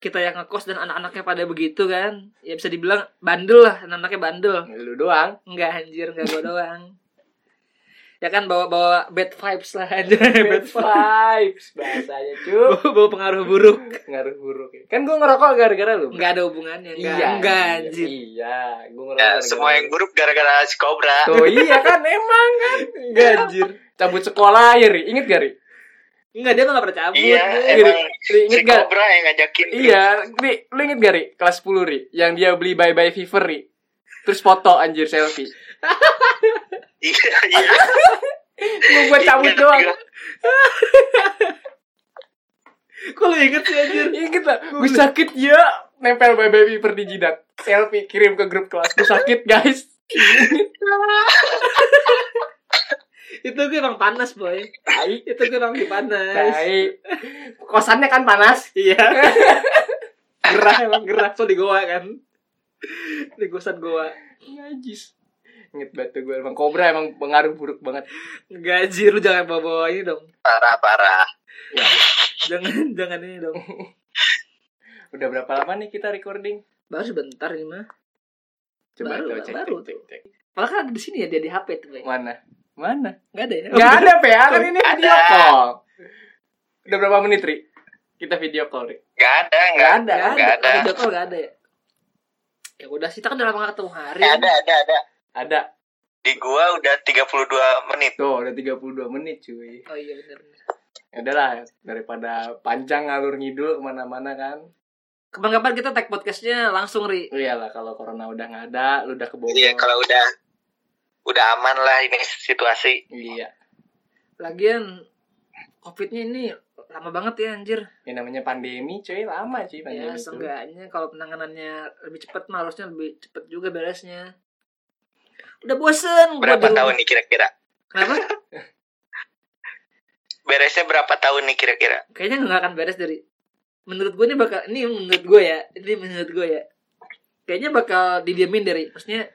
A: Kita yang ngekos dan anak-anaknya pada begitu kan Ya bisa dibilang bandel lah Anak-anaknya bandel
B: lu doang
A: Enggak anjir Enggak [LAUGHS] gua doang Ya kan bawa-bawa bad vibes lah aja Bad vibes
B: vibes bahasanya cuy
A: bawa bawa pengaruh buruk
B: ngaruh buruk ya. kan gue ngerokok gara-gara lu
A: nggak ada hubungannya nggak
B: iya
A: nggak
B: iya,
A: anjir
B: iya gue ngerokok
C: Ya,
B: gara-gara
C: semua yang
B: lu.
C: buruk gara-gara si Cobra.
B: tuh iya kan emang kan
A: Iya.
B: Nggak, anjir cabut sekolah ya ri inget gak ri
A: nggak dia mah nggak pernah cabut
C: Iya,
A: dia.
C: emang
B: Ri,
C: si
B: inget gak
C: Cobra yang ngajakin.
B: iya ri lu inget gak ri kelas 10 ri yang dia beli bye bye fever ri terus foto anjir selfie
C: [LAUGHS] Iya, iya.
B: lu buat cabut
C: Ingat
B: doang
C: gua.
A: kok lu inget sih [LAUGHS] anjir
B: inget lah gue sakit ya nempel bye bye fever di jidat selfie kirim ke grup kelas gue sakit guys
A: itu gue emang panas boy
B: tai
A: itu gue emang lagi panas
B: tai kosannya kan panas
A: iya gerah emang gerah so di goa kan di gosan goa
B: Najis. Iya, Ingat batu gue emang kobra emang pengaruh buruk banget.
A: nggak anjir lu jangan bawa bawa ini dong
C: Parah, parah.
A: jangan [LAUGHS] jangan ini dong
B: Udah berapa lama nih kita recording?
A: baru sebentar ini mah
B: Coba
A: Baru,
B: kita cek,
A: baru.
B: cek, cek,
A: malah kan ada di sini ya dia di HP tuh boy
B: cek. Mana? Mana?
A: nggak ada ya
B: Gak ada PA kan ini
C: Ada.
B: video call. Udah berapa menit, Ri? Kita video call, Ri.
C: Nggak ada, nggak
B: Gak
C: ada.
B: ada.
A: nggak ada
C: Nggak ada.
A: video call nggak ada ya ya udah sih kita kan udah lama nggak ketemu hari
C: Ada, ada, ada.
B: Ada.
C: Di gua udah 32 menit.
B: Tuh, udah 32 menit, cuy.
A: oh iya benar
B: Ya udahlah, daripada panjang ngalur ngidul kemana-mana kan.
A: kapan-kapan kita tag podcastnya langsung ri
B: Lu iyalah kalau corona udah nggak ada, lu udah ke Bogor.
C: Iya, kalau udah udah aman lah ini situasi.
B: Iya.
A: lagian covidnya ini lama banget ya anjir
B: Yang namanya pandemi, cuy, lama cuy pandemi.
A: ya
B: itu.
A: seenggaknya kalau penanganannya lebih cepat mah harusnya lebih cepat juga beresnya udah bosen gua
C: Berapa
A: di rumah.
C: tahun nih kira-kira?
A: kenapa
C: Beresnya berapa tahun nih kira-kira?
A: kayaknya nggak akan beres dari menurut gue ini bakal ini menurut gue ya ini menurut gue ya kayaknya bakal didiamin dari maksudnya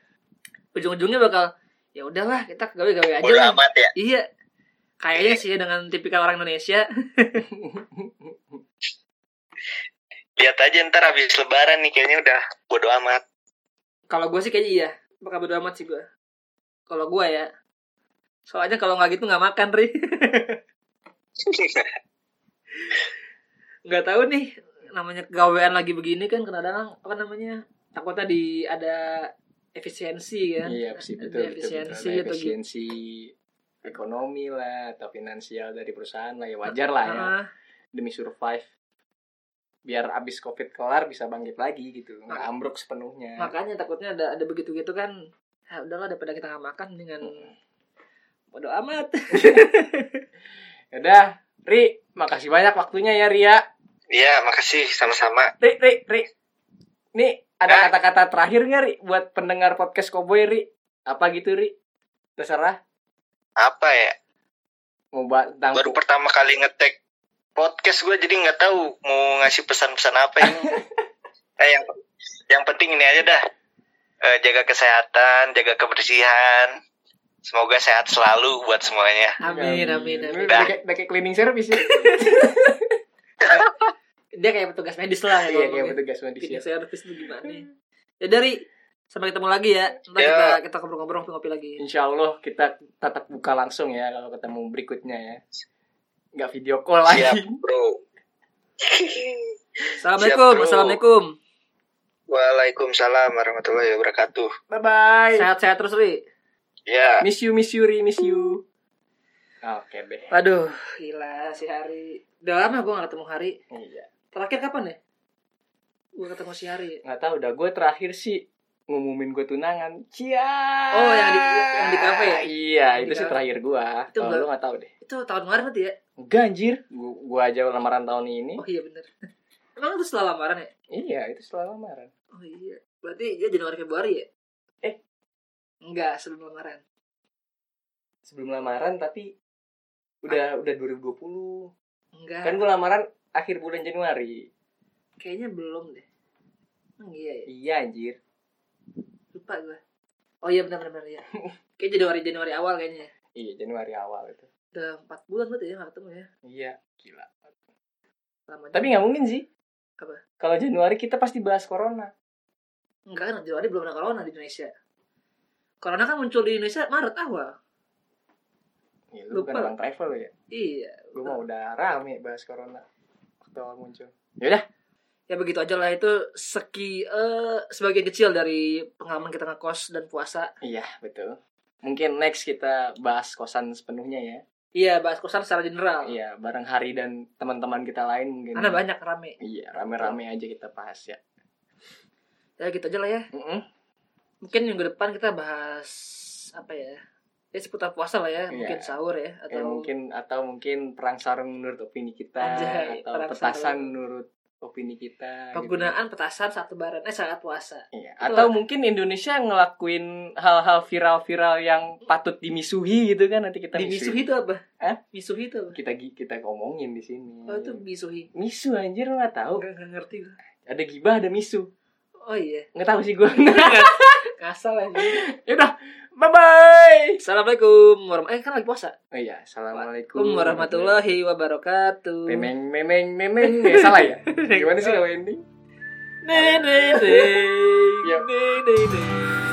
A: ujung-ujungnya bakal ya udahlah kita gawe-gawe aja
C: Bodo
A: lah
C: amat ya.
A: iya kayaknya sih ya dengan tipikal orang Indonesia
C: Lihat aja ntar habis lebaran nih kayaknya udah bodo
A: [LAUGHS]
C: amat.
A: Kalau gue sih kayaknya iya. Bakal bodo amat sih gue. Kalau gue ya. Soalnya kalau nggak gitu nggak makan, Ri. [LAUGHS] Nggak tahu nih. Namanya kegawean lagi begini kan. Kadang-kadang apa namanya. Takutnya di ada efisiensi kan.
B: Iya, sih
A: Ada
B: betul, betul, betul.
A: efisiensi atau
B: Ada
A: gitu. Ah,
B: efisiensi ekonomi lah atau finansial dari perusahaan lah ya wajar lah ya.
A: Heeh.
B: demi survive biar abis covid kelar bisa bangkit lagi gitu nggak
A: Nah.
B: ambruk sepenuhnya
A: makanya takutnya ada ada begitu gitu kan ya udahlah daripada kita nggak makan dengan bodo
B: [LAUGHS]
A: amat
B: Yaudah, Ri, makasih banyak waktunya ya Ria.
C: Iya, makasih sama-sama.
B: Ri, Ri, Ri. Nih,
C: Hah?
B: ada kata-kata terakhir nggak Ri buat pendengar podcast Cowboy Ri? Apa gitu Ri? Terserah.
C: Apa ya?
B: Mau bahas tentang
C: Baru pertama kali ngetek podcast gue jadi nggak tahu mau ngasih pesan-pesan apa ya.
A: [LAUGHS]
C: eh, yang yang penting ini aja dah. Eh, jaga kesehatan, jaga kebersihan. Semoga sehat selalu buat semuanya.
A: amin amin amin
B: Udah kayak- udah kayak cleaning service ya.
A: dia kayak petugas medis lah ya
B: Iya,
A: kalau
B: kayak
A: ngomongin.
B: petugas medis ya.
A: Petugas service itu gimana ya dari sampai ketemu lagi ya ntar
C: Ya.
A: kita kita ngobrol-ngobrol ngopi lagi
B: Insya Allah kita tetap buka langsung ya kalau ketemu berikutnya ya. Nggak video call lagi.
C: Siap,
A: [LAUGHS]
C: bro.
A: assalamualaikum
C: bro.
A: assalamualaikum
C: Waalaikumsalam warahmatullahi wabarakatuh.
B: Bye-bye.
A: sehat-sehat terus ri
C: Ya,
B: Miss you, miss you, Ri, miss you. Ah, Oke, deh.
A: aduh gila si hari udah lama gue gak ketemu hari
B: Iya.
A: terakhir kapan ya gue ketemu si hari ya?
B: nggak tahu dah gue terakhir sih ngumumin gue tunangan cia
A: Oh, yang di- yang di kafe ya?
B: iya
A: Yang di
B: itu sih
A: kafe.
B: terakhir gue
A: Itu
B: kalau
A: enggak-
B: lu nggak tahu deh
A: itu tahun kemarin berarti ya
B: enggak anjir Gu- gue aja lamaran tahun ini
A: oh iya bener [LAUGHS] emang itu setelah lamaran ya
B: iya itu setelah lamaran
A: oh iya berarti dia Januari Februari ya
B: Eh.
A: enggak sebelum lamaran
B: sebelum lamaran tapi udah udah 2020
A: enggak
B: kan gue lamaran akhir bulan Januari
A: kayaknya belum deh Emang iya ya
B: iya anjir
A: lupa gue oh iya benar benar
B: [LAUGHS]
A: ya kayak Januari Januari awal kayaknya
B: iya Januari awal itu
A: udah empat bulan berarti ya nggak ketemu ya
B: iya gila
A: lama juga.
B: tapi nggak mungkin sih
A: Apa?
B: kalau Januari kita pasti bahas corona
A: enggak kan Januari belum ada corona di Indonesia corona kan muncul di Indonesia Maret awal
B: ya, lu bukan
A: Lupa.
B: orang travel lu ya
A: iya
B: gue mau udah rame bahas corona waktu awal muncul yaudah
A: ya begitu aja lah itu seki eh sebagian kecil dari pengalaman kita ngekos dan puasa
B: iya betul mungkin next kita bahas kosan sepenuhnya ya
A: iya bahas kosan secara general
B: iya bareng Hari dan teman-teman kita lain mungkin
A: karena banyak rame
B: iya rame-rame aja kita bahas ya
A: ya gitu aja lah ya
B: Mm-mm.
A: mungkin minggu depan kita bahas apa ya ya seputar puasa lah ya
B: Iya.
A: mungkin sahur ya atau
B: Ya, mungkin atau mungkin perang sarung menurut opini kita
A: Anjay,
B: atau
A: perang
B: petasan
A: sarung.
B: menurut opini kita gitu.
A: penggunaan petasan saat lebaran eh saat puasa
B: Iya. atau mungkin Indonesia ngelakuin hal-hal viral-viral yang patut dimisuhi gitu kan nanti kita
A: di misuhi itu apa
B: Hah?
A: misuhi itu apa
B: kita kita ngomongin di sini
A: oh itu misuhi
B: misu anjir lu nggak tahu
A: Enggak, enggak ngerti gue.
B: ada gibah ada misu
A: Oh iya,
B: nggak tahu [LAUGHS] sih Ya gue
A: ngasal aja.
B: yaudah bye
A: [LAUGHS]
B: bye
A: Assalamualaikum warahmatullahi Eh kan lagi puasa.
B: oh iya assalamualaikum
A: Assalamualaikum warahmatullahi wabarakatuh.
B: memeng memeng memeng ya salah ya gimana sih kalau ini
A: Ne ne ne. [LAUGHS]
B: Yap.
A: Ne ne ne.